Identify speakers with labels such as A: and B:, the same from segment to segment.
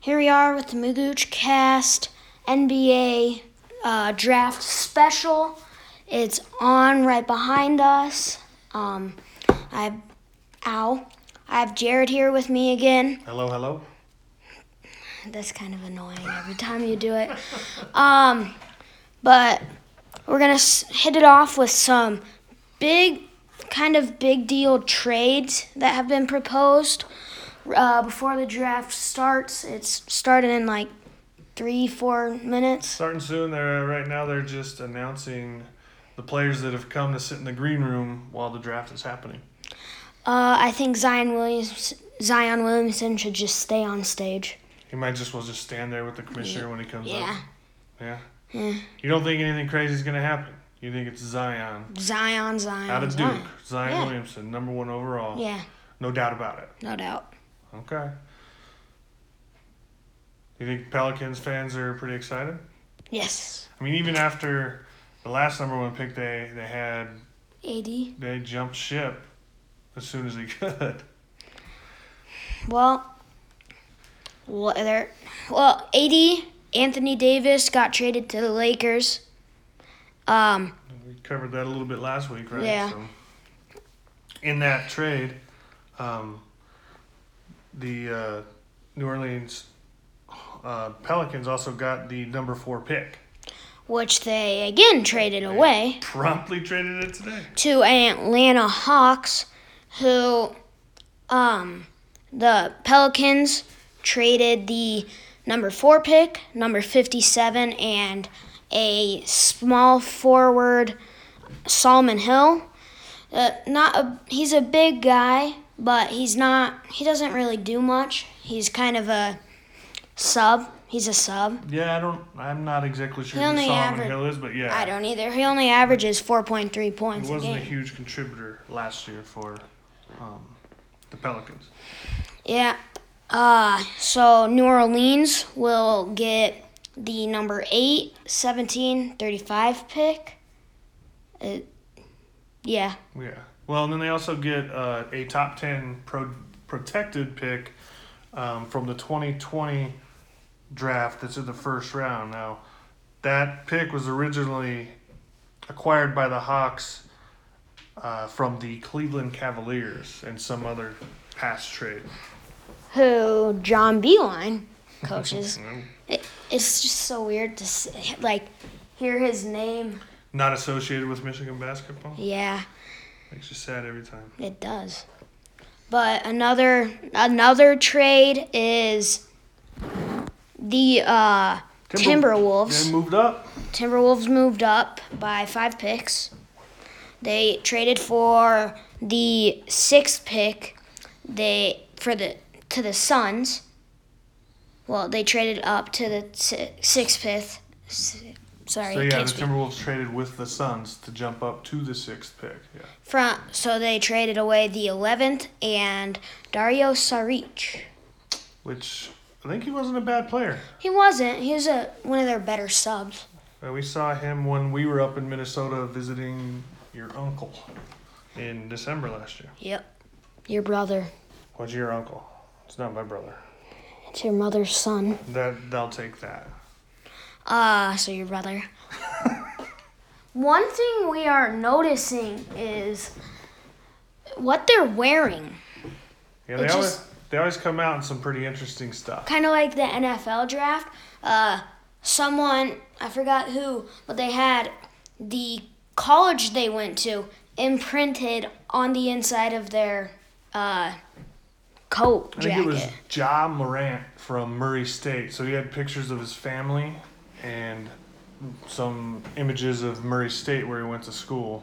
A: Here we are with the Magooch Cast NBA uh, Draft Special. It's on right behind us. Um, I, ow, I have Jared here with me again.
B: Hello, hello.
A: That's kind of annoying every time you do it. Um, but we're gonna s- hit it off with some big, kind of big deal trades that have been proposed uh, before the draft starts. It's started in like three, four minutes.
B: Starting soon. They're uh, right now. They're just announcing the players that have come to sit in the green room while the draft is happening.
A: Uh, I think Zion Williams, Zion Williamson should just stay on stage.
B: He might just well just stand there with the commissioner when he comes
A: Yeah,
B: up. Yeah.
A: Yeah.
B: You don't think anything crazy is gonna happen. You think it's Zion
A: Zion, Zion,
B: out of Duke,
A: Zion.
B: Zion,
A: Yeah.
B: Williamson, number one overall.
A: Yeah,
B: No doubt about it.
A: no doubt.
B: Okay. You think Pelicans fans are pretty excited?
A: Yes.
B: I mean, even after the last number one pick, they they had
A: AD.
B: they jumped ship as soon as they could.
A: Well, what there? Well, AD Anthony Davis got traded to the Lakers. Um,
B: We covered that a little bit last week, right?
A: Yeah.
B: So, in that trade, um, the uh, New Orleans uh, Pelicans also got the number four pick.
A: which they again traded away
B: Promptly traded it today.
A: to Atlanta Hawks, who, um, the Pelicans traded the number four pick, number fifty-seven, and a small forward, Solomon Hill. uh, not a, he's a big guy, but he's not he doesn't really do much. He's kind of a sub. He's a sub.
B: Yeah, I don't. I'm not exactly sure
A: He
B: who
A: only
B: Solomon
A: aver-
B: Hill is, but yeah,
A: I don't either. He only averages 4.3 points
B: he
A: a
B: wasn't a
A: game.
B: huge contributor last year for um, the Pelicans.
A: Yeah. Uh so New Orleans will get the number 8, 17, 35 pick. Uh, yeah.
B: Yeah. Well, and then they also get uh, a top 10 pro- protected pick um, from the 2020 draft that's in the first round. Now, that pick was originally acquired by the Hawks uh, from the Cleveland Cavaliers and some other past trade.
A: Who John Beeline coaches.
B: Mm.
A: it, it's just so weird to see, like hear his name.
B: Not associated with Michigan basketball.
A: Yeah.
B: Makes you sad every time.
A: It does. But another another trade is the uh,
B: Timber- They
A: Timberwolves.
B: moved up.
A: Timberwolves moved up by five picks. They traded for the sixth pick. They for the to the Suns. Well, they traded up to the si- sixth fifth. si- Sorry,
B: So,
A: I
B: yeah,
A: can't
B: the
A: speak.
B: Timberwolves traded with the Suns to jump up to the sixth pick. Yeah.
A: From so they traded away the 11th and Dario Saric.
B: Which I think he wasn't a bad player.
A: He wasn't. He was a one of their better subs.
B: Uh, we saw him when we were up in Minnesota visiting your uncle in December last year.
A: Yep. Your brother.
B: What's your uncle? It's not my brother.
A: It's your mother's son.
B: That they'll take that.
A: Ah, so your brother. one thing we are noticing is what they're wearing.
B: Yeah, they
A: It
B: always
A: just-
B: they always come out in some pretty interesting stuff.
A: Kind of like the NFL draft. Uh, someone I forgot who, but they had the college they went to imprinted on the inside of their uh, coat
B: I
A: jacket.
B: think it was Ja Morant from Murray State. So he had pictures of his family and some images of Murray State where he went to school.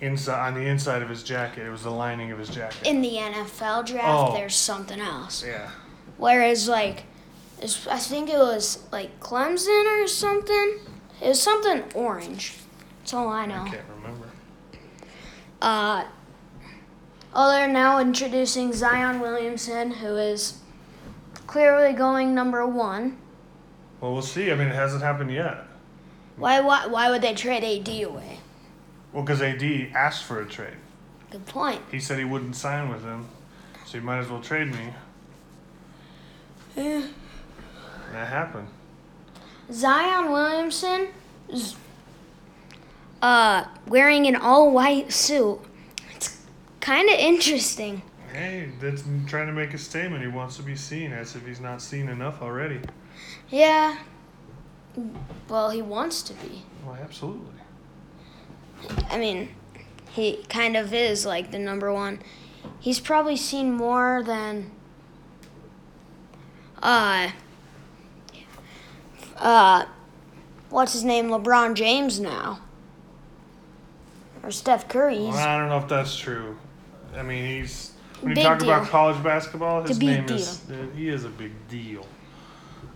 B: Inside on the inside of his jacket, it was the lining of his jacket.
A: in the NFL draft,
B: Oh.
A: there's something else.
B: Yeah.
A: Whereas, like, it's, I think it was like Clemson or something. It was something orange. That's all I know.
B: I can't remember.
A: Uh, oh, they're now introducing Zion Williamson, who is clearly going number one.
B: Well, we'll see. I mean, it hasn't happened yet.
A: Why? Why? Why would they trade AD away?
B: Well, because AD asked for a trade.
A: Good point.
B: He said he wouldn't sign with him, so you might as well trade me. And that happened.
A: Zion Williamson is uh, wearing an all white suit. It's kind of interesting.
B: Hey, that's trying to make a statement. He wants to be seen, as if he's not seen enough already.
A: Yeah. Well, he wants to be.
B: Well, absolutely.
A: I mean, he kind of is like the number one. He's probably seen more than uh uh what's his name LeBron James now or Steph Curry.
B: Well,
A: He's,
B: I don't know if that's true. I mean, he's when you
A: Big
B: talk about
A: deal.
B: college basketball, his
A: big
B: name is he is a big deal.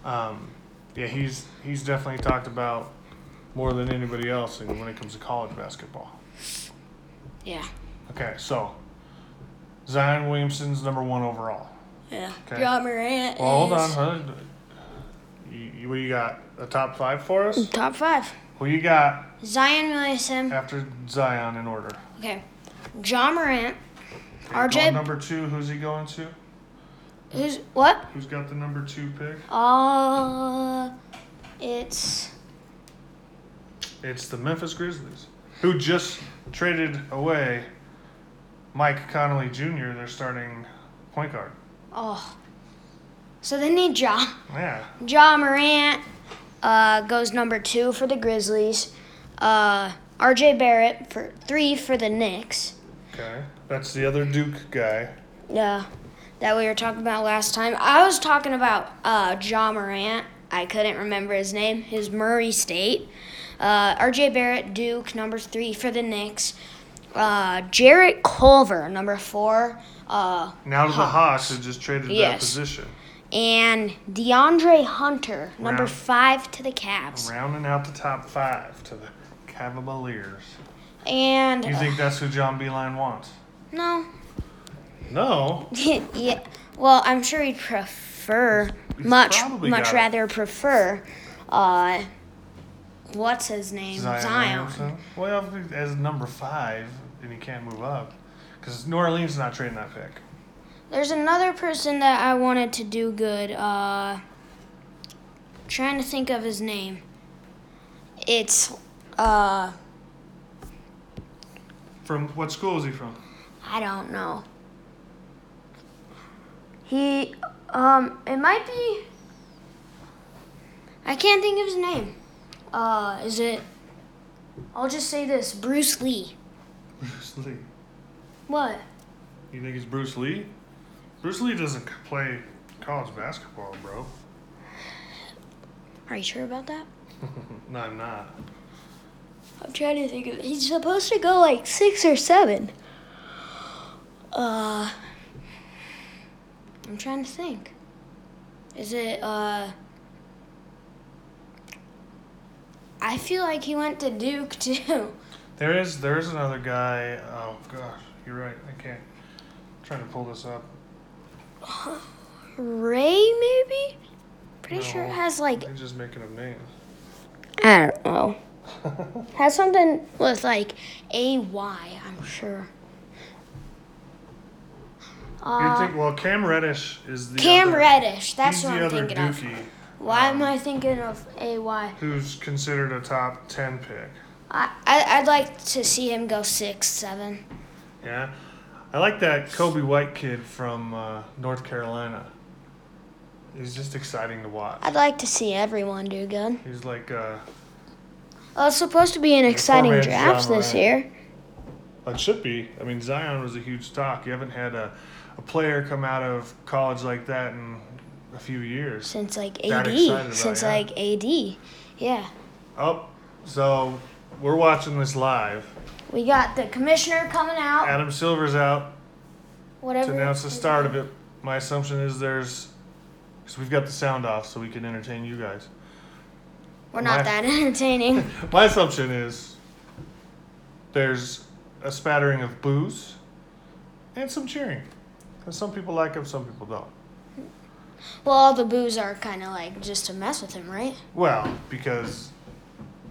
B: Um, yeah, he's he's definitely talked about more than anybody else in- when it comes to college basketball.
A: yeah.
B: Okay, so Zion Williamson's number one overall.
A: Yeah.
B: Okay.
A: John Morant
B: Well, hold on.
A: is
B: huh? You, you, what do you got? A top five for us?
A: top 5.
B: Who you got
A: Zion Williamson.
B: after Zion in order?
A: Okay. John Morant.
B: Okay,
A: RJ
B: going number two. Who's he going to?
A: Who's what?
B: Who's got the number two pick?
A: Uh it's
B: It's the Memphis Grizzlies, who just traded away Mike Connolly Jr., their starting point guard.
A: oh. So they need John.
B: Yeah.
A: Ja Morant uh, goes number two for the Grizzlies. Uh, RJ Barrett for three for the Knicks.
B: Okay. That's the other Duke guy.
A: Yeah, that we were talking about last time. I was talking about uh, Ja Morant. I couldn't remember his name. His Murray State. Uh, RJ Barrett, Duke, number three for the Knicks. Uh, Jarrett Culver, number four. Uh,
B: Now to the Hawks, who just traded that
A: Yes.
B: position.
A: and DeAndre Hunter, number
B: Round.
A: five to the Cavs.
B: Rounding out the top five to the Cavaliers.
A: And
B: You think that's who John Beeline wants?
A: no,
B: No.
A: yeah. Well, I'm sure he'd prefer much
B: probably
A: much
B: got it.
A: rather prefer uh what's his name?
B: Zion.
A: Zion.
B: Williamson? Well, as number five, and he can't move up. Because New Orleans is not trading that pick.
A: There's another person that I wanted to do good. Uh trying to think of his name. It's uh
B: From what school is he from?
A: I don't know. He um it might be I can't think of his name. Uh is it I'll just say this, Bruce Lee.
B: Bruce Lee.
A: What?
B: You think it's Bruce Lee? Bruce Lee doesn't c- play college basketball, bro.
A: Are you sure about that?
B: No, I'm not.
A: I'm trying to think of it. He's supposed to go like six or seven. Uh I'm trying to think. Is it uh I feel like he went to Duke too.
B: There is there is another guy. Oh gosh, you're right. I can't. I'm trying to pull this up.
A: Ray, maybe? Pretty sure it
B: No.
A: has like
B: I'm just making up names.
A: I don't know. has something with like A Y, I'm sure.
B: you
A: Uh,
B: think? Well, Cam Reddish is the
A: Cam
B: other,
A: Reddish, that's
B: he's
A: what
B: the
A: I'm
B: other
A: thinking of.
B: dookie
A: Why am I thinking of A Y?
B: who's considered a top ten pick.
A: I, I I'd like to see him go six, seven.
B: Yeah, I like that Kobe White kid from uh, North Carolina. He's just exciting to watch.
A: I'd like to see everyone do good.
B: He's like uh,
A: Well, it's supposed to be an exciting
B: man's
A: draft
B: John
A: this
B: Morant.
A: year.
B: It should be. I mean, Zion was a huge talk. You haven't had a, a player come out of college like that in a few years.
A: Since like
B: That excited about
A: AD.
B: it,
A: Since
B: yeah.
A: like AD. Yeah.
B: Oh, so we're watching this live.
A: We got the commissioner coming out.
B: Adam Silver's out to
A: Whatever.
B: announce the start of it. My assumption is there's, because we've got the sound off so we can entertain you guys.
A: We're not
B: My-
A: that entertaining.
B: My assumption is there's a spattering of booze and some cheering. Because some people like him, some people don't.
A: well, all the boos are kind of like just to mess with him, right?
B: Well, because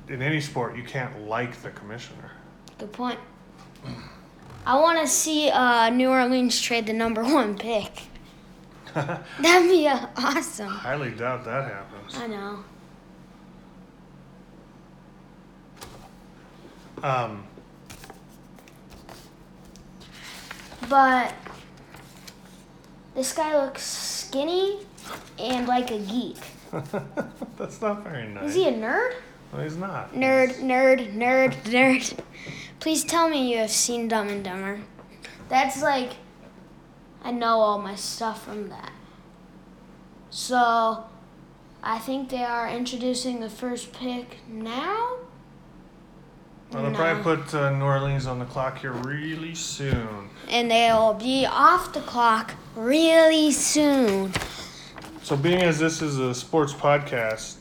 B: in any sport, you can't like the commissioner.
A: Good point. I want to see uh, New Orleans trade the number one pick. That'd be uh, awesome.
B: Highly doubt that happens.
A: I know.
B: Um,
A: But this guy looks skinny and like a geek.
B: that's not very
A: Is
B: nice.
A: he a nerd?
B: No, he's not.
A: Nerd, nerd, nerd, nerd. Please tell me you have seen Dumb and Dumber. That's like, I know all my stuff from that. So, I think they are introducing the first pick now?
B: Well, they'll probably put uh, New Orleans on the clock here really soon.
A: And they'll be off the clock really soon.
B: So, being as this is a sports podcast,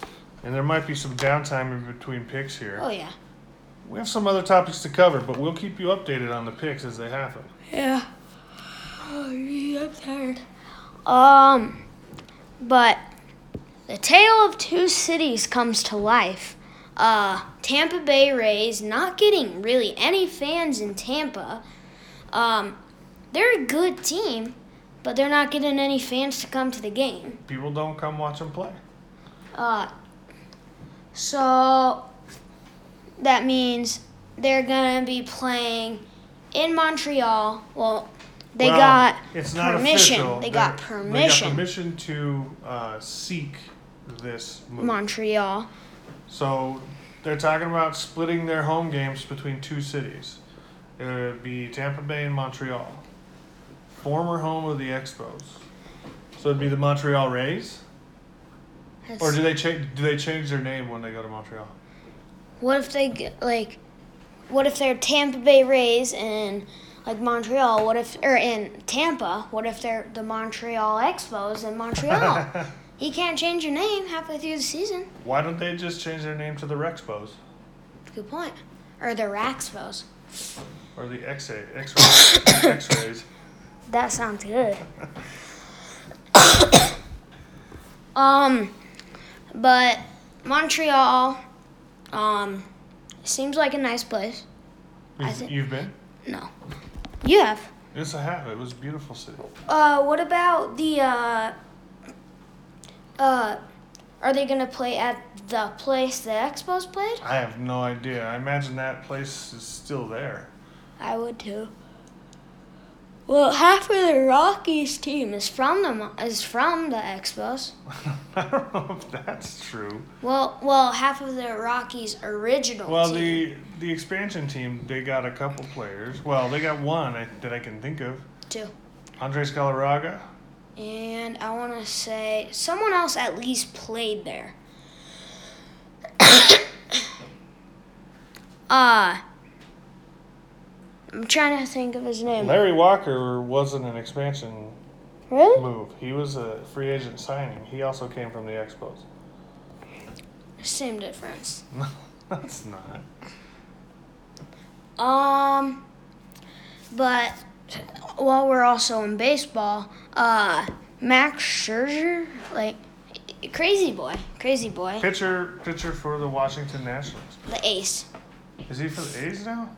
B: and there might be some downtime in between picks here,
A: Oh, yeah.
B: we have some other topics to cover, but we'll keep you updated on the picks as they happen.
A: Yeah. I'm tired. Um, but the tale of two cities comes to life. Uh, Tampa Bay Rays not getting really any fans in Tampa. Um, they're a good team, but they're not getting any fans to come to the game.
B: People don't come watch them play.
A: Uh, so that means they're gonna be playing in Montreal. Well, they
B: Well,
A: got
B: it's not
A: permission.
B: official.
A: They got
B: They're-
A: permission.
B: They got permission to uh, seek this move.
A: Montreal.
B: So they're talking about splitting their home games between two cities. It would be Tampa Bay and Montreal, former home of the Expos. So it'd be the Montreal Rays, or do they change? Do they change their name when they go to Montreal?
A: what if they get, like? What if they're Tampa Bay Rays and like Montreal? What if or in Tampa? What if they're the Montreal Expos in Montreal? you can't change your name halfway through the season.
B: Why don't they just change their name to the Rexpos
A: Good point. Or the Raxpos.
B: or the X X X Rays?
A: That sounds good. um, but Montreal, um, seems like a nice place. I thi-
B: You've been?
A: No, you have.
B: Yes, I have. It was a beautiful city.
A: Uh, what about the uh, uh, are they gonna play at the place the Expos played?
B: I have no idea. I imagine that place is still there.
A: I would too. Well, half of the Rockies team is from the Mo- is from the Expos.
B: I don't know if that's true.
A: Well, well, half of the Rockies' original
B: Well,
A: team.
B: the the expansion team, they got a couple players. Well, they got one I, that I can think of.
A: Two.
B: Andres Galarraga.
A: And I want to say someone else at least played there. uh, I'm trying to think of his name.
B: Larry Walker wasn't an expansion
A: Really?
B: move. He was a free agent signing. He also came from the Expos.
A: Same difference.
B: No, that's not.
A: Um, but while we're also in baseball, uh, Max Scherzer, like crazy boy, crazy boy,
B: Pitcher pitcher for the Washington Nationals.
A: the ace.
B: Is he for the A's now?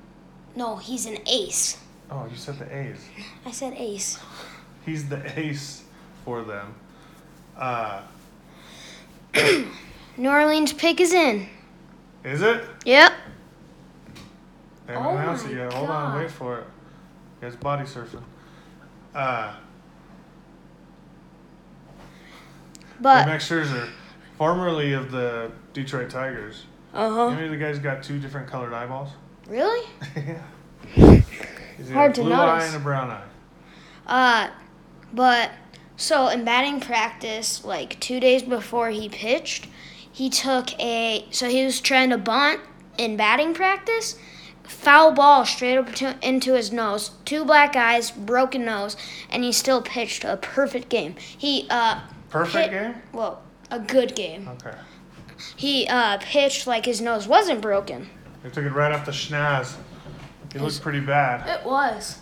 A: No, he's an ace.
B: Oh, you said the A's.
A: I said ace.
B: He's the ace for them. Uh,
A: New Orleans pick is in.
B: is it?
A: Yep.
B: They haven't
A: Oh
B: announced it
A: my
B: yet. Hold on,
A: God.
B: wait for it. It's body surfing. Uh,
A: But
B: Max Scherzer, formerly of the Detroit Tigers. You
A: uh huh.
B: know the guy's got two different colored eyeballs?
A: Really?
B: yeah. He's got
A: Hard
B: a
A: to
B: blue eye
A: notice.
B: and a brown eye.
A: Uh, but so in batting practice, like two days before he pitched, he took a so he was trying to bunt in batting practice, foul ball straight up to, into his nose, two black eyes, broken nose, and he still pitched a perfect game. He uh, Hit-
B: Perfect game?
A: well, a good game.
B: Okay.
A: He uh pitched like his nose wasn't broken.
B: They took it right off the schnoz. He looked pretty bad.
A: It was.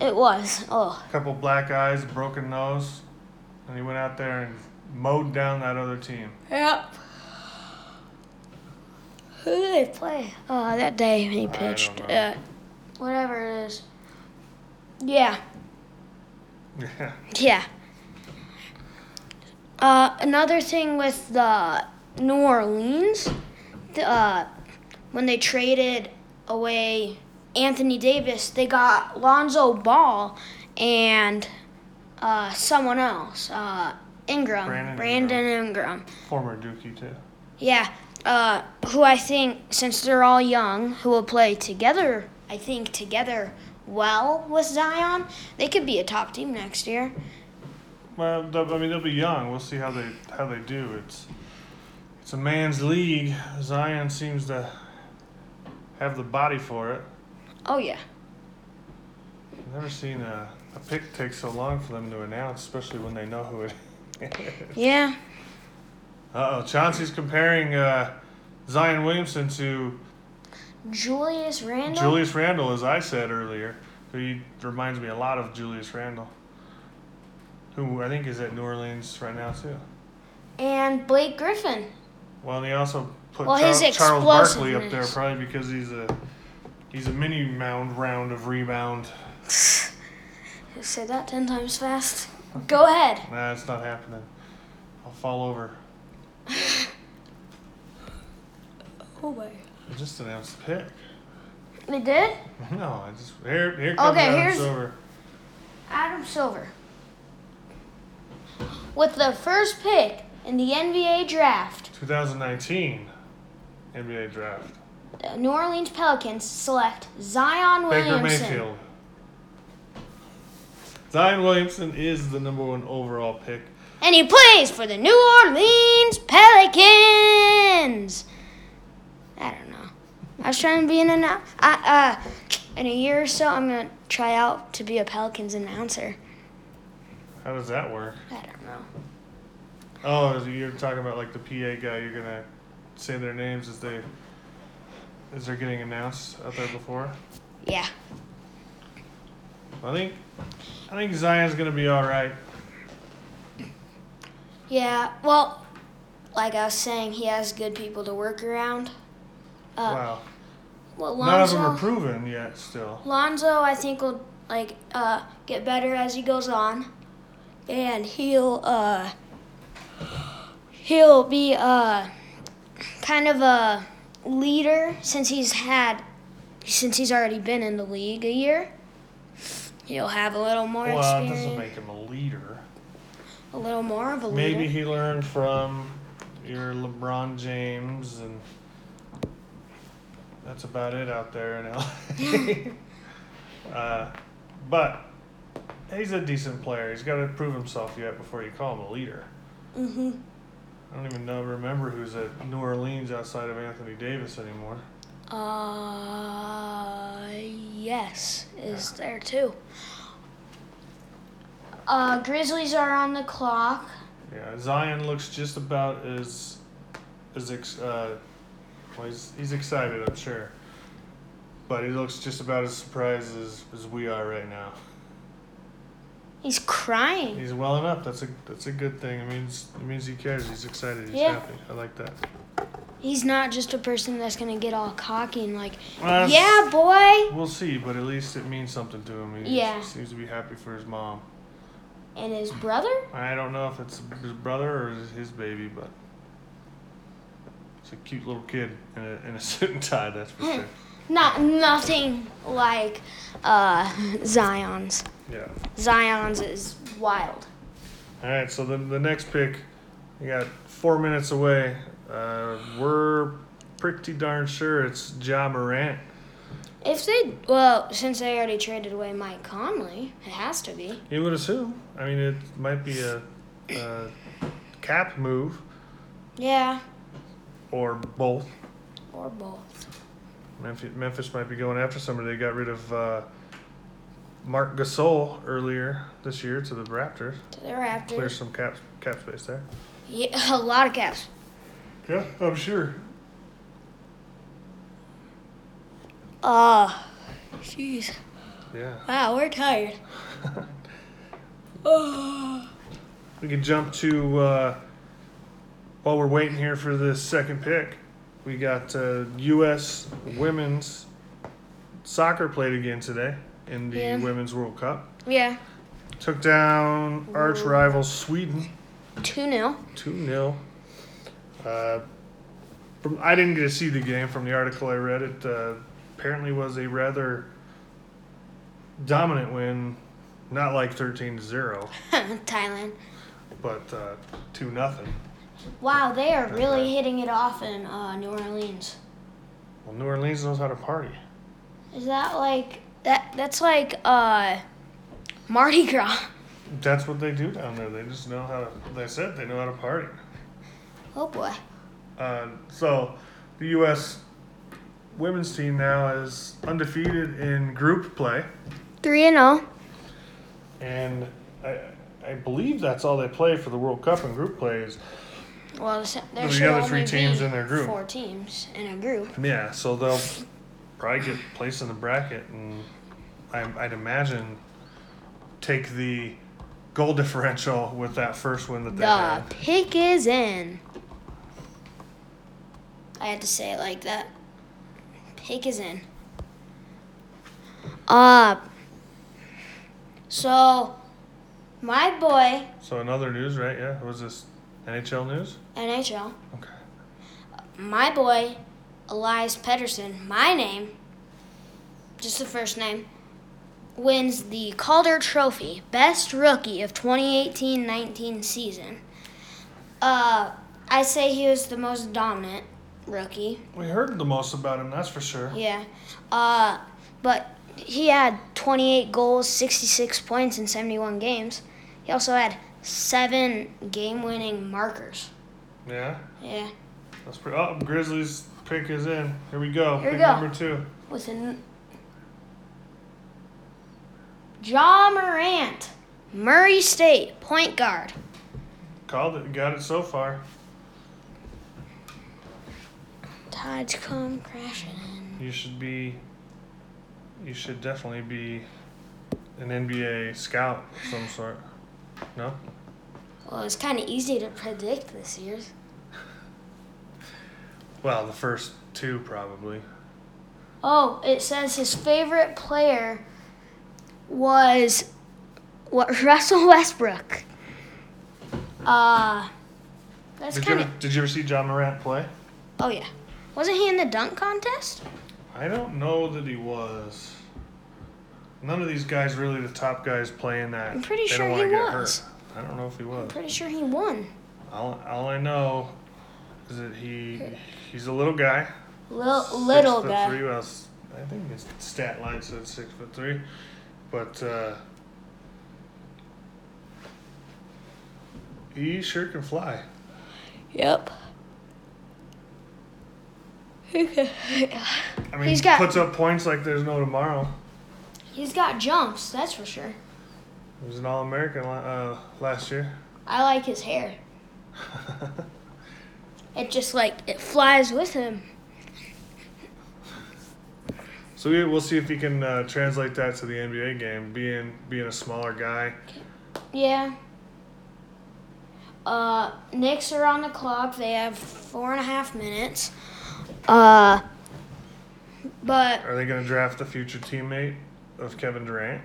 A: It was. Oh.
B: A couple black eyes, broken nose, and he went out there and mowed down that other team.
A: Yep. Who did they play? Oh, that day he
B: don't
A: pitched.
B: know.
A: Uh, whatever it is. Yeah.
B: Yeah.
A: Yeah. Uh, another thing with the New Orleans, the, uh, when they traded away Anthony Davis, they got Lonzo Ball and uh, someone else, uh, Ingram,
B: Brandon
A: Brandon, Ingram.
B: Former Dookie too.
A: Yeah, uh, who I think, since they're all young, who will play together, I think together well with Zion, they could be a top team next year.
B: Well, th- I mean they'll be young. We'll see how they how they do. It's it's a man's league. Zion seems to have the body for it.
A: Oh, yeah.
B: I've never seen a, a pick take so long for them to announce, especially when they know who it is.
A: Yeah.
B: Uh oh, Chauncey's comparing uh, Zion Williamson to
A: Julius Randle.
B: Julius Randle, as I said earlier. He reminds me a lot of Julius Randle, who I think is at New Orleans right now, too.
A: and Blake Griffin.
B: Well, and he also put
A: Well,
B: Char-
A: his
B: Charles Barkley up there,
A: explosiveness.
B: probably because he's a he's a mini mound round of rebound.
A: Say that ten times fast. Go ahead.
B: Nah, it's not happening. I'll fall over.
A: Oh wait.
B: I just announced the pick.
A: They did?
B: No, I just here here comes
A: Okay,
B: Adam
A: here's-
B: Silver.
A: Adam Silver. With the first pick in the NBA draft,
B: 2019 NBA draft.
A: the New Orleans Pelicans select Zion
B: Baker
A: Williamson.
B: Mayfield. Zion Williamson is the number one overall pick.
A: And he plays for the New Orleans Pelicans. I don't know. I was trying to be an announcer. Uh, in a year or so, I'm going to try out to be a Pelicans announcer.
B: How does that work?
A: I don't know.
B: Oh, you're talking about like the PA guy. You're gonna say their names as they as they're getting announced out there before.
A: Yeah.
B: I think I think Zion's gonna be all right.
A: Yeah, well, like I was saying, he has good people to work around. Uh,
B: wow,
A: Well,
B: none of them are
A: Lonzo,
B: proven yet. Still,
A: Lonzo, I think will like uh, get better as he goes on, and he'll uh, he'll be uh, kind of a leader since he's had since he's already been in the league a year. He'll have a little more
B: well, it doesn't
A: experience,
B: make him a leader.
A: a little more of a leader.
B: Maybe he learned from your LeBron James, and that's about it out there in LA. uh, but he's a decent player. He's got to prove himself yet before you call him a leader.
A: hmm
B: I don't even know remember who's at New Orleans outside of Anthony Davis anymore.
A: Uh, yes, is there too. Uh, Grizzlies are on the clock.
B: Yeah, Zion looks just about as as ex, uh, well, he's he's excited, I'm sure, but he looks just about as surprised as, as we are right now.
A: He's crying.
B: He's well enough. That's a that's a good thing. It means it means he cares. He's excited. He's
A: Yeah.
B: happy. I like that.
A: He's not just a person that's gonna get all cocky and like,
B: Well,
A: yeah, boy.
B: We'll see, but at least it means something to him. He
A: Yeah.
B: seems to be happy for his mom.
A: And his brother?
B: I don't know if it's his brother or his baby, but it's a cute little kid in a, in a suit and tie. That's for sure.
A: Not nothing like uh Zion's.
B: Yeah.
A: Zion's is wild.
B: All right. So then the next pick, we got four minutes away. Uh, we're pretty darn sure it's Ja Morant.
A: If they well, since they already traded away Mike Conley, it has to be.
B: You would assume. I mean, it might be a, a cap move
A: Yeah,
B: or both.
A: or both.
B: Memphis, Memphis might be going after somebody. They got rid of uh, Mark Gasol earlier this year to the Raptors.
A: To the Raptors.
B: Clear some cap cap space there.
A: Yeah, a lot of caps.
B: Yeah, I'm sure.
A: Ah, jeez.
B: Yeah.
A: Wow, we're tired. Oh.
B: We can jump to uh, while we're waiting here for the second pick. We got uh, U.S. women's soccer played again today in the
A: Yeah.
B: Women's World Cup.
A: Yeah.
B: Took down arch rival Sweden
A: 2 0.
B: 2 0. Uh, from I didn't get to see the game from the article I read. It uh, apparently was a rather dominant win, not like 13 0,
A: Thailand.
B: but uh, 2 nothing.
A: Wow, they are really hitting it off in uh, New Orleans.
B: Well, New Orleans knows how to party.
A: Is that like that? That's like uh, Mardi Gras.
B: That's what they do down there. They just know how to, they said they know how to party.
A: Oh boy.
B: Uh, so, the U.S. women's team now is undefeated in group play,
A: Three and oh. zero.
B: and I, I believe that's all they play for the World Cup in group play. Is
A: Well, s- there
B: The
A: should
B: other
A: only
B: three teams
A: be
B: in their group.
A: Four teams in a group.
B: yeah, so they'll probably get placed in the bracket, and I, I'd imagine take the goal differential with that first win that they
A: The
B: had.
A: pick is in. I had to say it like that. Pick is in. Uh. So, my boy
B: So another news, right? Yeah, was this NHL news?
A: NHL.
B: Okay.
A: my boy, Elias Pedersen, my name, just the first name, wins the Calder Trophy, best rookie of 2018-19 season. Uh, I say he was the most dominant rookie.
B: We heard the most about him, that's for sure.
A: Yeah. Uh, but he had 28 goals, 66 points in 71 games. He also had seven game-winning markers.
B: Yeah.
A: Yeah.
B: That's pretty. Oh, Grizzlies pick is in. Here we go.
A: Here we
B: pick
A: go.
B: number two.
A: with an Ja Morant, Murray State point guard.
B: Called it. Got it so far.
A: Tides come crashing in.
B: You should be. You should definitely be an NBA scout of some sort. No.
A: Well, it's kind of easy to predict this year.
B: Well, the first two probably.
A: Oh, it says his favorite player was what Russell Westbrook. Uh, that's
B: Did you,
A: kind of.
B: ever, did you ever see John Morant play?
A: Oh yeah, wasn't he in the dunk contest?
B: I don't know that he was. None of these guys really the top guys playing that.
A: I'm pretty
B: they
A: sure
B: don't wanna
A: he
B: get
A: was.
B: Hurt. I don't know if he was.
A: Pretty sure he won.
B: All, all I know is that he he's a little guy.
A: Little
B: Six
A: little
B: foot
A: guy.
B: Three, well, s- I think his stat line said six foot three, but uh, he sure can fly.
A: Yep.
B: I mean,
A: He's got-
B: puts up points like there's no tomorrow.
A: He's got jumps, that's for sure.
B: He was an All American uh, last year.
A: I like his hair. It just like it flies with him.
B: so we, we'll see if he can uh, translate that to the NBA game. Being being a smaller guy,
A: Yeah. Uh, Knicks are on the clock. They have four and a half minutes. Uh, but
B: are they going to draft a future teammate of Kevin Durant?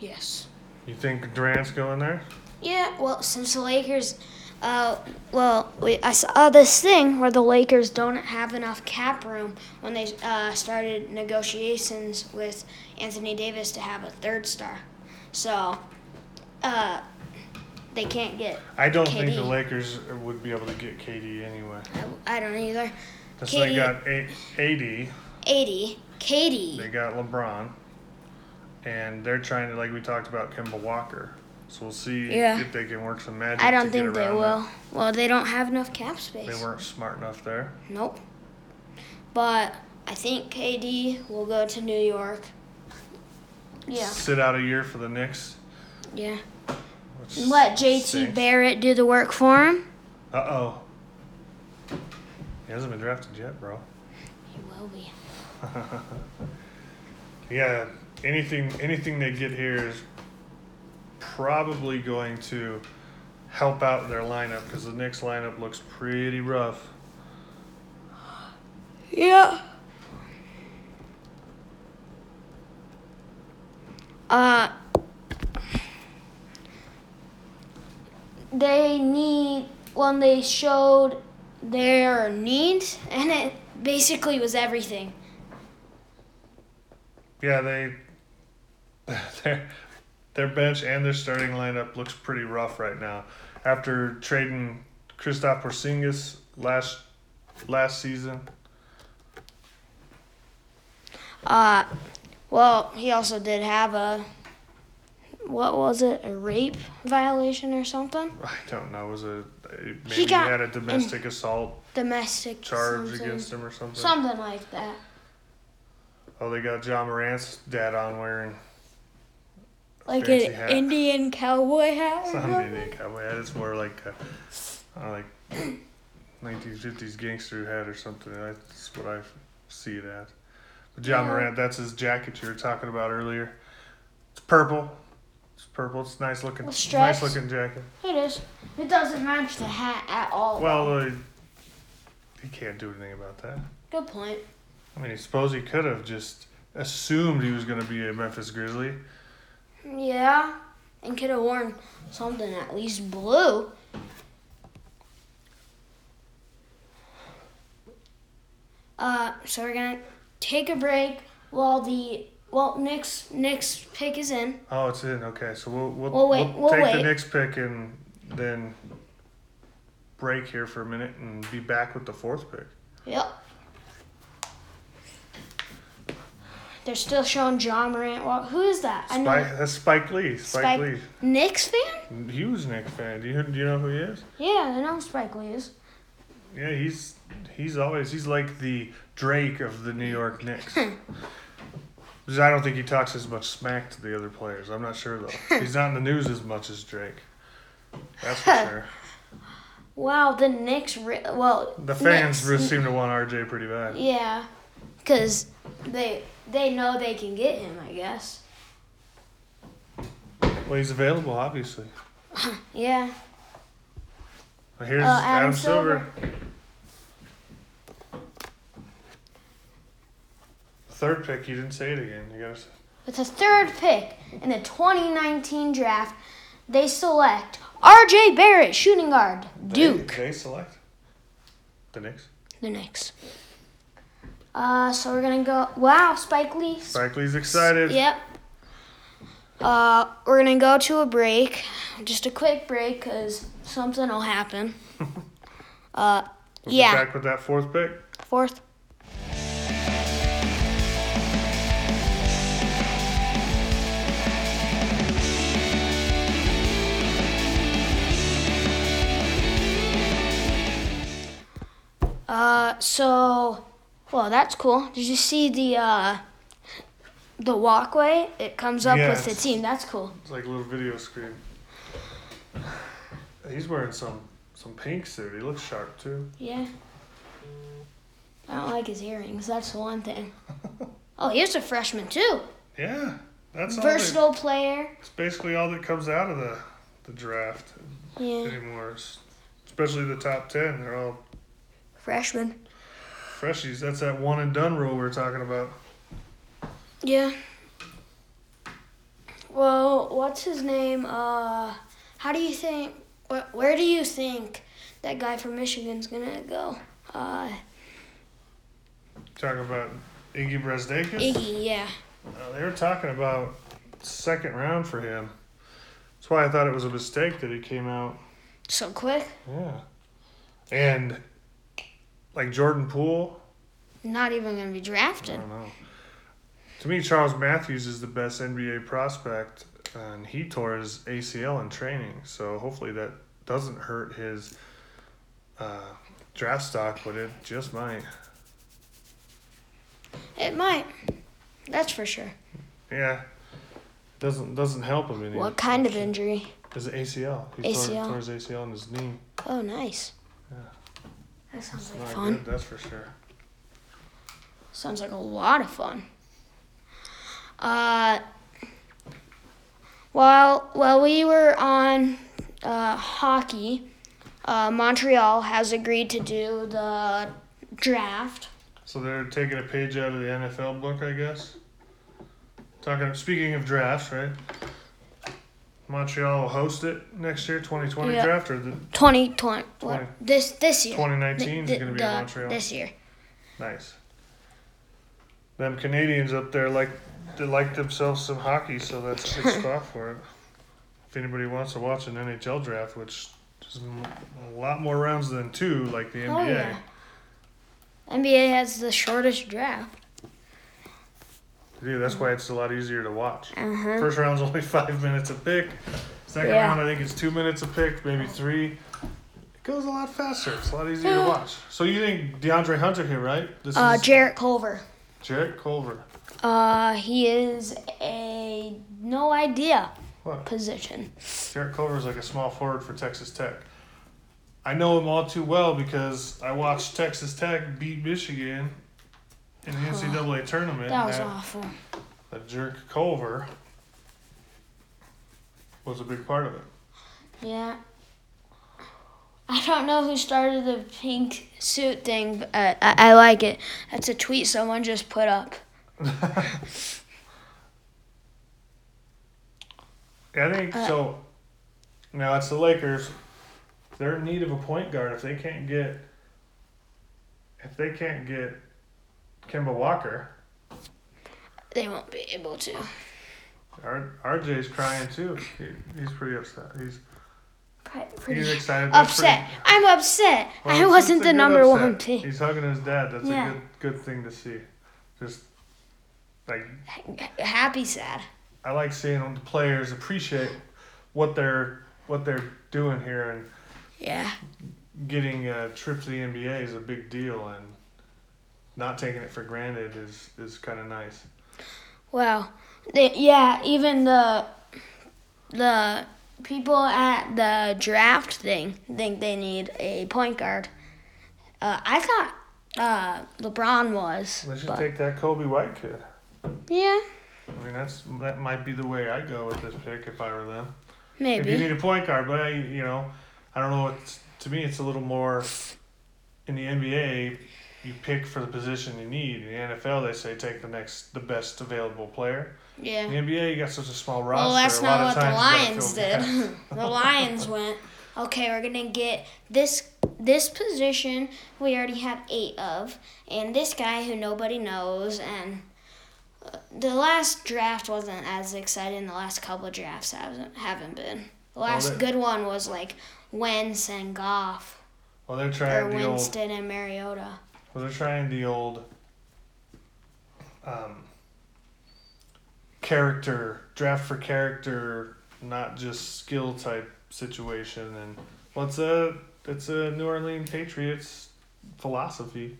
A: yes.
B: You think Durant's going there?
A: Yeah. Well, since the Lakers, uh, well, we, I saw uh, this thing where the Lakers don't have enough cap room when they uh, started negotiations with Anthony Davis to have a third star. So, uh, they can't get.
B: I don't think
A: KD.
B: the Lakers would be able to get KD anyway.
A: I, I don't either.
B: That's why they
A: KD.
B: got A- AD,
A: 80.
B: they
A: Katie.
B: got LeBron, and they're trying to, like we talked about, Kemba Walker. So we'll see
A: Yeah.
B: if they can work some magic.
A: I
B: to
A: don't
B: get
A: think they
B: around
A: will. Well, they don't have enough cap space.
B: that. They weren't smart enough there.
A: Nope. But I think KD will go to New York. Yeah.
B: Sit out a year for the Knicks.
A: Yeah.
B: which
A: Let JT
B: stinks.
A: Barrett do the work for him.
B: Uh oh. He hasn't been drafted yet, bro.
A: He will be.
B: Yeah, anything anything they get here is probably going to help out their lineup because the Knicks lineup looks pretty rough.
A: Yeah. Uh, they need when they showed their needs, and it basically was everything.
B: Yeah, they their their bench and their starting lineup looks pretty rough right now. After trading Christoph Porzingis last last season,
A: Uh, well, he also did have a what was it? A rape violation or something?
B: I don't know, was it maybe
A: He
B: he,
A: got-
B: had a domestic assault
A: Domestic
B: charge
A: something.
B: against him or something.
A: something like that.
B: oh, they got John Morant's dad on wearing
A: Like
B: Fancy
A: an
B: hat.
A: Indian cowboy hat. Or
B: Some
A: something.
B: Indian cowboy hat. It's more like a, uh, like 1950s gangster hat or something. That's what I see it as. But John
A: Yeah.
B: Morant, that's his jacket you were talking about earlier. It's purple. It's purple. It's nice looking.
A: With
B: Nice
A: stripes.
B: looking jacket.
A: It is. It doesn't match the hat at all.
B: Well, uh, he can't do anything about that.
A: Good point.
B: I mean, I suppose he could have just assumed he was going to be a Memphis Grizzly.
A: Yeah, and could have worn something at least blue. Uh, so we're gonna take a break while the well Nick's Nick's pick is in.
B: Oh, it's in. Okay, so we'll we'll,
A: We'll wait, we'll
B: take the
A: wait.
B: next pick and then break here for a minute and be back with the fourth pick.
A: Yep. They're still showing John Morant. Well, who is that? I know.
B: Spike, that's Spike Lee. Spike,
A: Spike-
B: Lee,
A: Knicks fan?
B: huge Knicks fan. Do you do you know who he is?
A: Yeah, I know Spike Lee is.
B: Yeah, he's he's always he's like the Drake of the New York Knicks. 'Cause I don't think he talks as much smack to the other players. I'm not sure though. he's not in the news as much as Drake. That's for sure.
A: Wow, the Knicks. Re- well,
B: The fans
A: Knicks-
B: really seem to want RJ pretty bad.
A: Yeah, cause they they know they can get him, I guess.
B: Well, he's available, obviously.
A: Yeah.
B: Well, Here's
A: Oh,
B: Adam,
A: Adam
B: Silver. Third pick, you didn't say it again. You gotta. s-
A: With the third pick in the 2019 draft, they select R.J. Barrett, shooting guard, Duke.
B: They, they select the Knicks.
A: The Knicks. Uh, so we're gonna go. Wow, Spike Lee.
B: Spike Lee's excited.
A: Yep. Uh, we're gonna go to a break, just a quick break, cause something will happen. uh,
B: We'll be
A: yeah.
B: Back with that fourth pick.
A: Fourth. Uh, so, well, that's cool. Did you see the uh, the walkway? It comes up
B: Yeah,
A: with the
B: it's-
A: team. That's cool.
B: It's like a little video screen. He's wearing some some pink suit. He looks sharp too.
A: Yeah. I don't like his earrings. That's the one thing. oh, he was a freshman too.
B: Yeah, that's all. That,
A: Versatile player.
B: it's basically all that comes out of the the draft
A: Yeah.
B: anymore. s- Especially the top ten. They're all
A: Freshman.
B: Freshies, that's that one and done rule we were talking about.
A: Yeah. Well, what's his name? Uh, how do you think? Wh- where do you think that guy from Michigan's gonna go? Uh,
B: Talking about Iggy Brazdakis.
A: Iggy. Yeah.
B: Uh, they were talking about second round for him. That's why I thought it was a mistake that he came out.
A: So quick.
B: Yeah. And like Jordan Poole,
A: Not even gonna be
B: I
A: drafted.
B: don't know. To me, Charles Matthews is the best NBA prospect, and he tore his ACL in training. So hopefully that doesn't hurt his uh, draft stock, but it just might.
A: It might. That's for sure.
B: Yeah. Doesn't doesn't help him any.
A: What kind of injury?
B: His ACL. He
A: ACL.
B: Tore, tore his ACL in his knee.
A: Oh, nice.
B: Yeah.
A: That sounds like
B: Not
A: fun.
B: good. That's for sure.
A: Sounds like a lot of fun. Uh, while while we were on uh, hockey, uh, Montreal has agreed to do the draft.
B: So they're taking a page out of the NFL book, I guess. Talking. Speaking of drafts, right? Montreal will host it next year, 2020
A: Yeah.
B: draft or the
A: 2020. what?
B: Twenty.
A: This this year.
B: 2019
A: Th-
B: is going to be
A: the-
B: in Montreal.
A: This year.
B: Nice. Them Canadians up there like they like themselves some hockey, so that's a good spot for it. If anybody wants to watch an NHL draft, which is m- a lot more rounds than two, like the
A: Oh,
B: NBA.
A: yeah. NBA has the shortest draft.
B: Dude, that's why it's a lot easier to watch.
A: Uh huh.
B: First round's only five minutes a pick. Second
A: Yeah.
B: round, I think it's two minutes a pick, maybe three. It goes a lot faster. It's a lot easier to watch. So you think DeAndre Hunter here, right? This
A: Uh,
B: is
A: Jarrett Culver.
B: Jarrett Culver.
A: Uh, he is a no idea
B: What?
A: position.
B: Jarrett Culver is like a small forward for Texas Tech. I know him all too well because I watched Texas Tech beat Michigan in the NCAA tournament.
A: That was
B: and
A: awful.
B: that jerk Culver was a big part of it.
A: Yeah. I don't know who started the pink suit thing, but I, I, I like it. That's a tweet someone just put up.
B: I think
A: Uh,
B: so. Now it's the Lakers. They're in need of a point guard. If they can't get, if they can't get Kemba Walker,
A: They won't be able to.
B: R- RJ's crying too. He, he's pretty upset. He's
A: Pri- Pretty
B: he's excited. That's
A: upset. I'm upset.
B: pretty-
A: I
B: well,
A: wasn't
B: it's a
A: the
B: good
A: number
B: upset.
A: one pick.
B: He's hugging his dad. That's
A: Yeah.
B: a good good thing to see. Just like
A: Happy, sad.
B: I like seeing the players appreciate what they're what they're doing here and
A: Yeah.
B: getting a trip to the NBA is a big deal, and not taking it for granted is is kind of nice.
A: Well, they, yeah, even the the people at the draft thing think they need a point guard. Uh, I thought uh, LeBron was.
B: They should
A: but-
B: take that Kobe White kid.
A: yeah,
B: I mean, that's that might be the way I go with this pick if I were them. If you
A: maybe.
B: need a point guard, but I, you know, I don't know. It's, to me, it's a little more in the NBA. You pick for the position you need. In the NFL, they say take the next, the best available player. In the
A: Yeah.
B: NBA, you got such a small roster.
A: Well, that's
B: a lot
A: not
B: of
A: what the
B: times you gotta
A: Lions
B: fill gaps.
A: did. the Lions went, okay, we're gonna get this this position we already have eight of, and this guy who nobody knows, and uh, the last draft wasn't as exciting. The last couple drafts haven't haven't been. The last
B: they-
A: good one was like Wentz and Goff,
B: Well, they're
A: or
B: trying the old
A: Winston and Mariota.
B: Well, they're trying the old um, character draft for character, not just skill type situation. And well, it's a it's a New Orleans Patriots philosophy,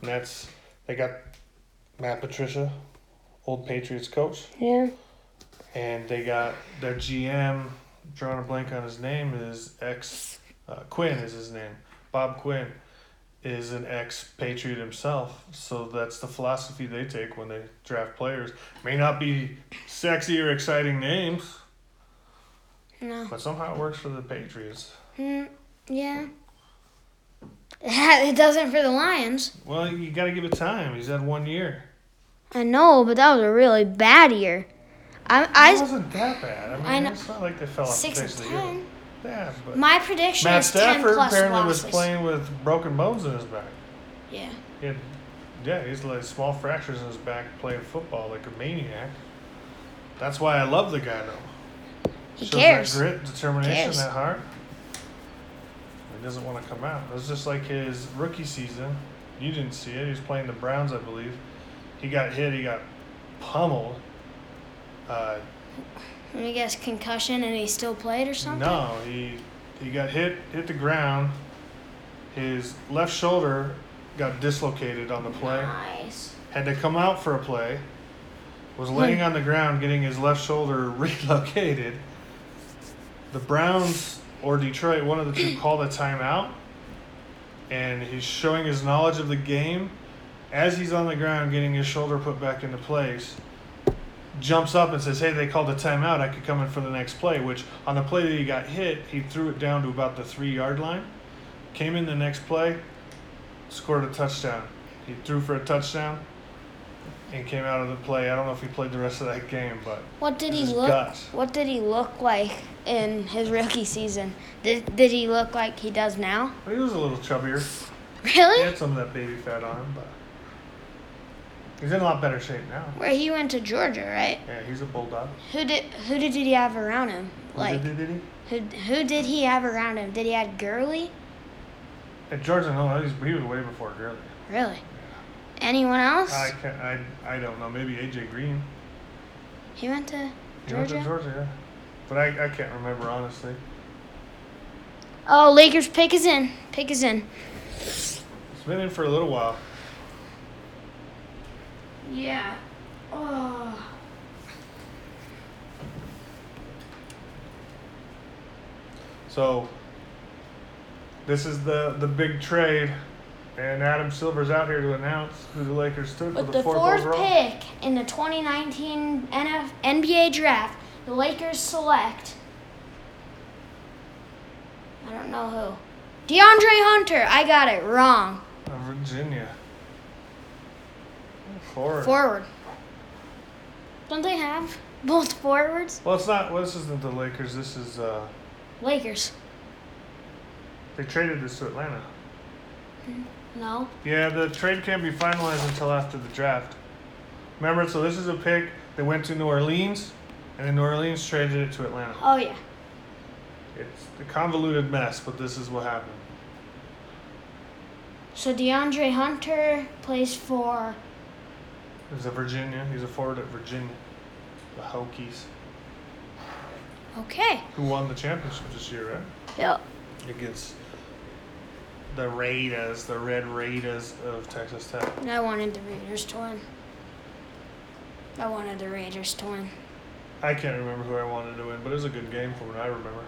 B: and that's they got Matt Patricia, old Patriots coach,
A: Yeah.
B: and they got their GM. Drawing a blank on his name is ex uh, Quinn is his name. Bob Quinn is an ex Patriot himself, so that's the philosophy they take when they draft players. May not be sexy or exciting names,
A: No.
B: but somehow it works for the Patriots.
A: Mm, yeah. it doesn't for the Lions.
B: Well, you got to give it time. He's had one year.
A: I know, but that was a really bad year. I
B: It
A: I
B: wasn't that bad. I mean,
A: I know-
B: it's not like they fell off
A: six
B: the
A: and
B: face of the earth.
A: ten.
B: Yeah, but
A: My prediction
B: Matt
A: is
B: Stafford
A: ten plus
B: apparently
A: losses.
B: was playing with broken bones in his back.
A: Yeah,
B: He had, yeah, he's like small fractures in his back playing football like a maniac. That's why I love the guy though.
A: he
B: Shows
A: cares.
B: that grit, determination,
A: Cares.
B: that heart. He doesn't want to come out. It was just like his rookie season. You didn't see it. He was playing the Browns, I believe. He got hit. He got pummeled. Uh,
A: Let me guess, concussion, and he still played or something.
B: no, he he got hit hit the ground. His left shoulder got dislocated on the play.
A: Nice.
B: Had to come out for a play. Was laying on the ground getting his left shoulder relocated. The Browns or Detroit, one of the two, called a timeout. And he's showing his knowledge of the game as he's on the ground getting his shoulder put back into place. Jumps up and says, Hey, they called a timeout. I could come in for the next play. Which, on the play that he got hit, he threw it down to about the three yard line. Came in the next play, scored a touchdown. He threw for a touchdown. and came out of the play. I don't know if he played the rest of that game, but
A: What did he
B: His
A: look?
B: guts.
A: What did he look like in his rookie season? Did Did he look like he does now?
B: he was a little chubbier. He
A: Really?
B: had some of that baby fat on him, but he's in a lot better shape now.
A: Where he went to Georgia, right?
B: Yeah, he's a bulldog.
A: Who did Who did he have around him? Like
B: did, did he?
A: who Who did he have around him? Did he have Gurley?
B: At Georgia, no, he was, he was way before Gurley.
A: Really? Anyone else?
B: I can I I don't know. Maybe AJ Green.
A: he went to
B: He went
A: Georgia.
B: to Georgia, yeah. But I, I can't remember honestly.
A: Oh, Lakers pick is in. Pick is in.
B: It's been in for a little while.
A: Yeah. Oh.
B: So this is the the big trade, and Adam Silver's out here to announce who the Lakers took
A: With
B: with
A: the
B: fourth,
A: fourth
B: overall.
A: pick in the 2019 NF- NBA draft, the Lakers select. I don't know who. DeAndre Hunter. I got it wrong.
B: of Virginia. Forward.
A: Forward. Don't they have both forwards?
B: Well, it's not. Well, this isn't the Lakers. This is. uh
A: Lakers.
B: They traded this to Atlanta.
A: No.
B: Yeah, the trade can't be finalized until after the draft. Remember, so this is a pick that went to New Orleans, and then New Orleans traded it to Atlanta.
A: Oh yeah.
B: It's a convoluted mess, but this is what happened.
A: So DeAndre Hunter plays for
B: He's a Virginia. He's a forward at Virginia. The Hokies,
A: Okay.
B: who won the championship this year, right?
A: Yep.
B: Against the Raiders, the Red Raiders of Texas Tech.
A: I wanted the Raiders to win. I wanted the Raiders to win.
B: I can't remember who I wanted to win, but it was a good game from what I remember.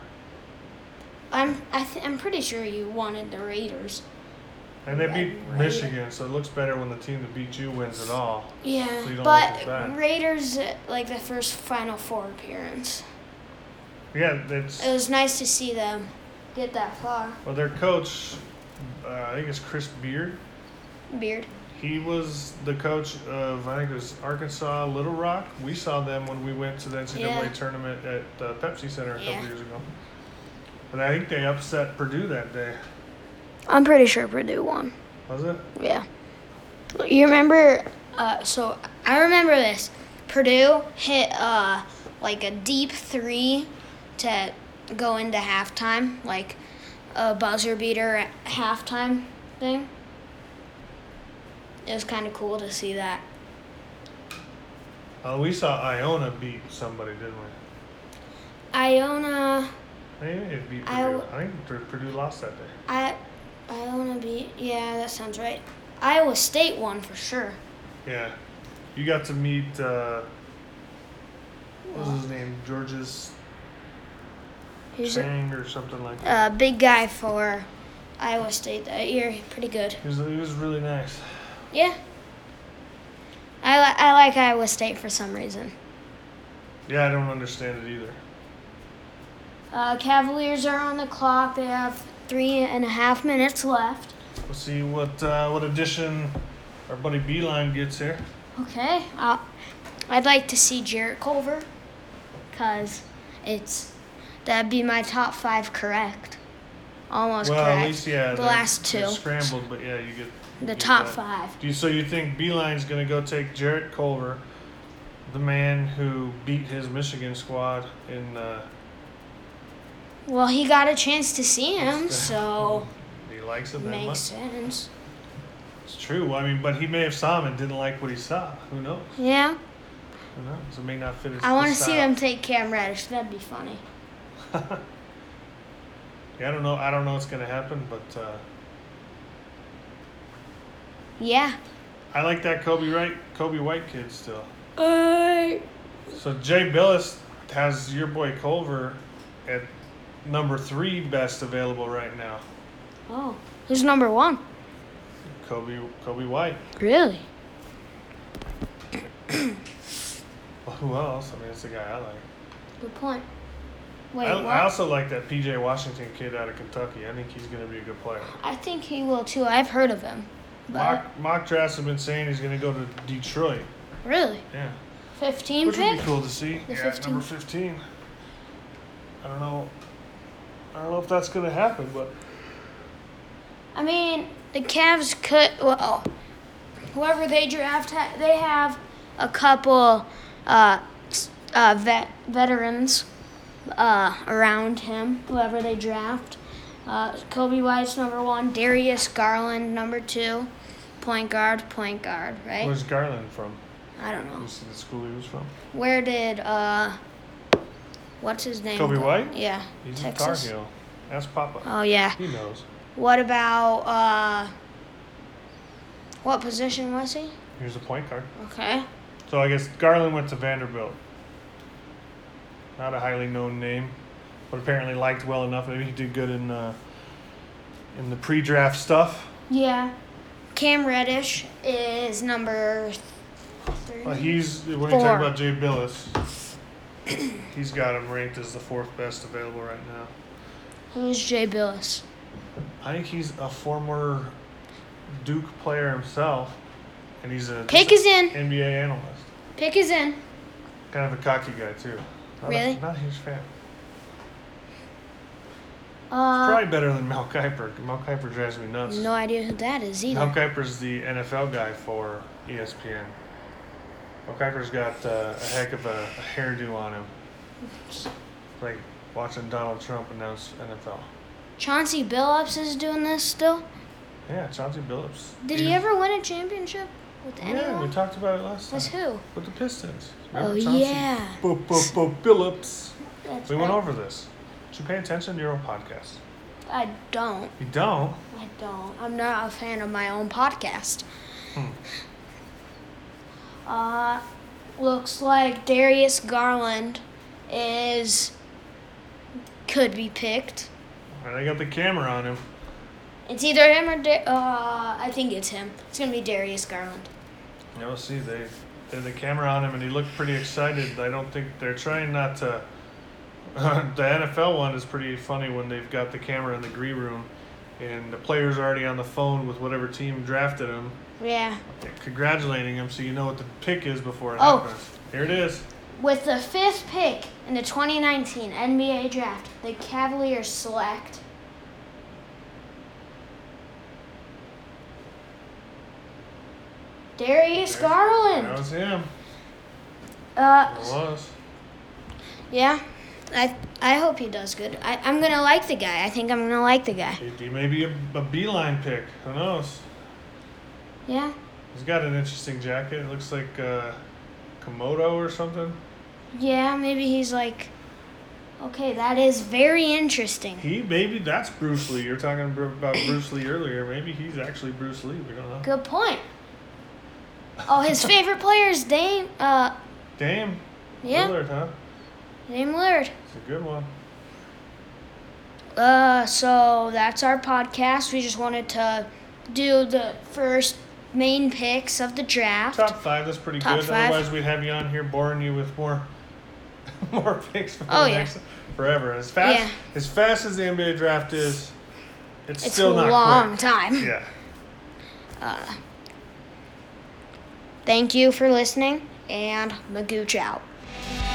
A: I'm I th- I'm pretty sure you wanted the Raiders.
B: And they beat
A: Red Raider.
B: Michigan, so it looks better when the team that beat you wins it all.
A: Yeah,
B: So you don't look at
A: but
B: that.
A: Raiders uh, like the first Final Four appearance.
B: Yeah, that's
A: It was nice to see them get that far.
B: well. Their coach, uh, I think it's Chris Beard.
A: Beard.
B: He was the coach of I think it was Arkansas Little Rock. We saw them when we went to the NCAA
A: Yeah.
B: tournament at the Pepsi Center a couple
A: Yeah.
B: years ago. But I think they upset Purdue that day.
A: I'm pretty sure Purdue won.
B: Was it?
A: Yeah. You remember? Uh, so I remember this. Purdue hit uh, like a deep three to go into halftime, like a buzzer beater at halftime thing. It was kind of cool to see that.
B: Uh, we saw Iona beat somebody, didn't we?
A: Iona,
B: I think it beat
A: I
B: Purdue.
A: w-
B: I think Purdue lost that day.
A: I, Iona beat. Yeah, that sounds right. Iowa State won for sure.
B: Yeah. You got to meet, uh, what was his name? Georges
A: He's a
B: Sang or something like that.
A: uh, big guy for Iowa State that year. Pretty good.
B: He was, he was really nice.
A: Yeah. I, li- I like Iowa State for some reason.
B: Yeah, I don't understand it either.
A: Uh, Cavaliers are on the clock. They have three and a half minutes left.
B: We'll see what uh, what addition our buddy Beeline gets here.
A: Okay. Uh, I'd like to see Jarrett Culver because it's that'd be my top five correct. Almost
B: well,
A: correct.
B: at least yeah,
A: the
B: they're-
A: last
B: they're
A: two.
B: scrambled, but yeah, you get
A: the
B: you get
A: top
B: that.
A: five.
B: Do you, so you think Beeline's gonna go take Jarrett Culver, the man who beat his Michigan squad in uh,
A: Well, he got a chance to see him, so
B: he likes it that much.
A: makes sense.
B: It's true. I mean, but he may have saw him and didn't like what he saw. Who knows?
A: Yeah.
B: Who knows? It may not fit his.
A: I want to
B: his
A: see
B: style.
A: them take Cam Reddish. That'd be funny.
B: yeah, I don't know. I don't know what's gonna happen, but uh,
A: Yeah.
B: I like that Kobe Wright, Kobe White kid still.
A: Uh,
B: So Jay Billis has your boy Culver at number three best available right now.
A: oh, who's number one?
B: Kobe Kobe White.
A: Really?
B: Well, who else? I mean, it's the guy I like.
A: Good point. Wait,
B: I,
A: what?
B: I also like that PJ Washington kid out of Kentucky. I think he's gonna be a good player.
A: I think he will too. I've heard of him. But
B: Mock, mock drafts have been saying he's going to go to Detroit.
A: really,
B: Yeah.
A: 15
B: Which would
A: pick?
B: be cool to see.
A: The
B: yeah,
A: 15.
B: number 15. I don't know. I don't know if that's going to happen, but
A: I mean, the Cavs could. Well, whoever they draft, ha- they have a couple uh, s- uh, vet veterans uh, around him. Whoever they draft, uh, Kobe White's number one, Darius Garland number two, point guard, point guard, right?
B: where's Garland from?
A: I don't know.
B: This is the school he was from.
A: Where did uh, what's his name?
B: Kobe
A: go?
B: White?
A: Yeah,
B: He's a Tar
A: Texas.
B: Heel. Ask Papa.
A: Oh yeah.
B: He knows.
A: What about uh what position was he?
B: Here's a point guard.
A: Okay.
B: So I guess Garland went to Vanderbilt. Not a highly known name, but apparently liked well enough. Maybe he did good in uh, in the pre-draft stuff.
A: Yeah. Cam Reddish is number th- three.
B: Uh, he's when you talk
A: Four.
B: about Jay Billis, he's got him ranked as the fourth best available right now.
A: Who's Jay Billis?
B: I think he's a former Duke player himself, and he's a
A: Pick is in.
B: NBA analyst.
A: Pick is in.
B: Kind of a cocky guy too. Not
A: Really?
B: A, not a huge fan.
A: Uh
B: Probably better than Mel Kiper. Mel Kiper drives me nuts.
A: no idea who that is
B: Mel
A: either.
B: Kiper's the NFL guy for E ESPN. Mel Kiper's got uh, a heck of a, a hairdo on him. It's like watching Donald Trump announce NFL.
A: Chauncey Billups is doing this still.
B: Yeah, Chauncey Billups.
A: Did he ever win a championship with
B: Yeah, we
A: anyone?
B: talked about it last time
A: Was who?
B: with the Pistons.
A: Oh
B: Remember Chauncey?
A: yeah.
B: Bo- bo- bo- Billups.
A: That's
B: We went
A: right.
B: over this. Did you pay attention to your own podcast?
A: I don't.
B: You don't.
A: I don't. I'm not a fan of my own podcast.
B: Hmm.
A: Uh, looks like Darius Garland is could be picked.
B: And I got the camera on him.
A: It's either him or da- uh, I think it's him. It's gonna be Darius Garland.
B: You know, see, they they had the camera on him, and he looked pretty excited. I don't think they're trying not to. the NFL one is pretty funny when they've got the camera in the green room, and the player's already on the phone with whatever team drafted him,
A: Yeah.
B: congratulating him, so you know what the pick is before it
A: Oh.
B: happens. Here it is.
A: With the fifth pick in the 2019 NBA draft, the Cavaliers select Darius
B: That
A: Garland.
B: was him. It
A: Uh,
B: was.
A: yeah, I I hope he does good. I, I'm gonna like the guy. I think I'm gonna like the guy.
B: He, he may be a, a beeline pick. Who knows?
A: Yeah,
B: He's got an interesting jacket. It looks like uh, Komodo or something.
A: yeah. Maybe he's like, okay, that is very interesting.
B: He maybe that's Bruce Lee. You're talking br- about Bruce Lee earlier. Maybe he's actually Bruce Lee. We don't know.
A: Good point. Oh, his favorite player is Dame. Uh,
B: Damn,
A: yeah,
B: Lillard, huh?
A: Dame Lillard.
B: It's a good one.
A: Uh, so that's our podcast. We just wanted to do the first main picks of the draft.
B: Top five. That's pretty
A: Top
B: good.
A: five.
B: Otherwise, we'd have you on here boring you with more, more picks for
A: Oh,
B: the
A: yeah.
B: next forever. As fast
A: Yeah.
B: as fast as the NBA draft is, it's,
A: it's a
B: still not
A: long
B: quick.
A: time.
B: Yeah.
A: Thank you for listening, and Magooch out.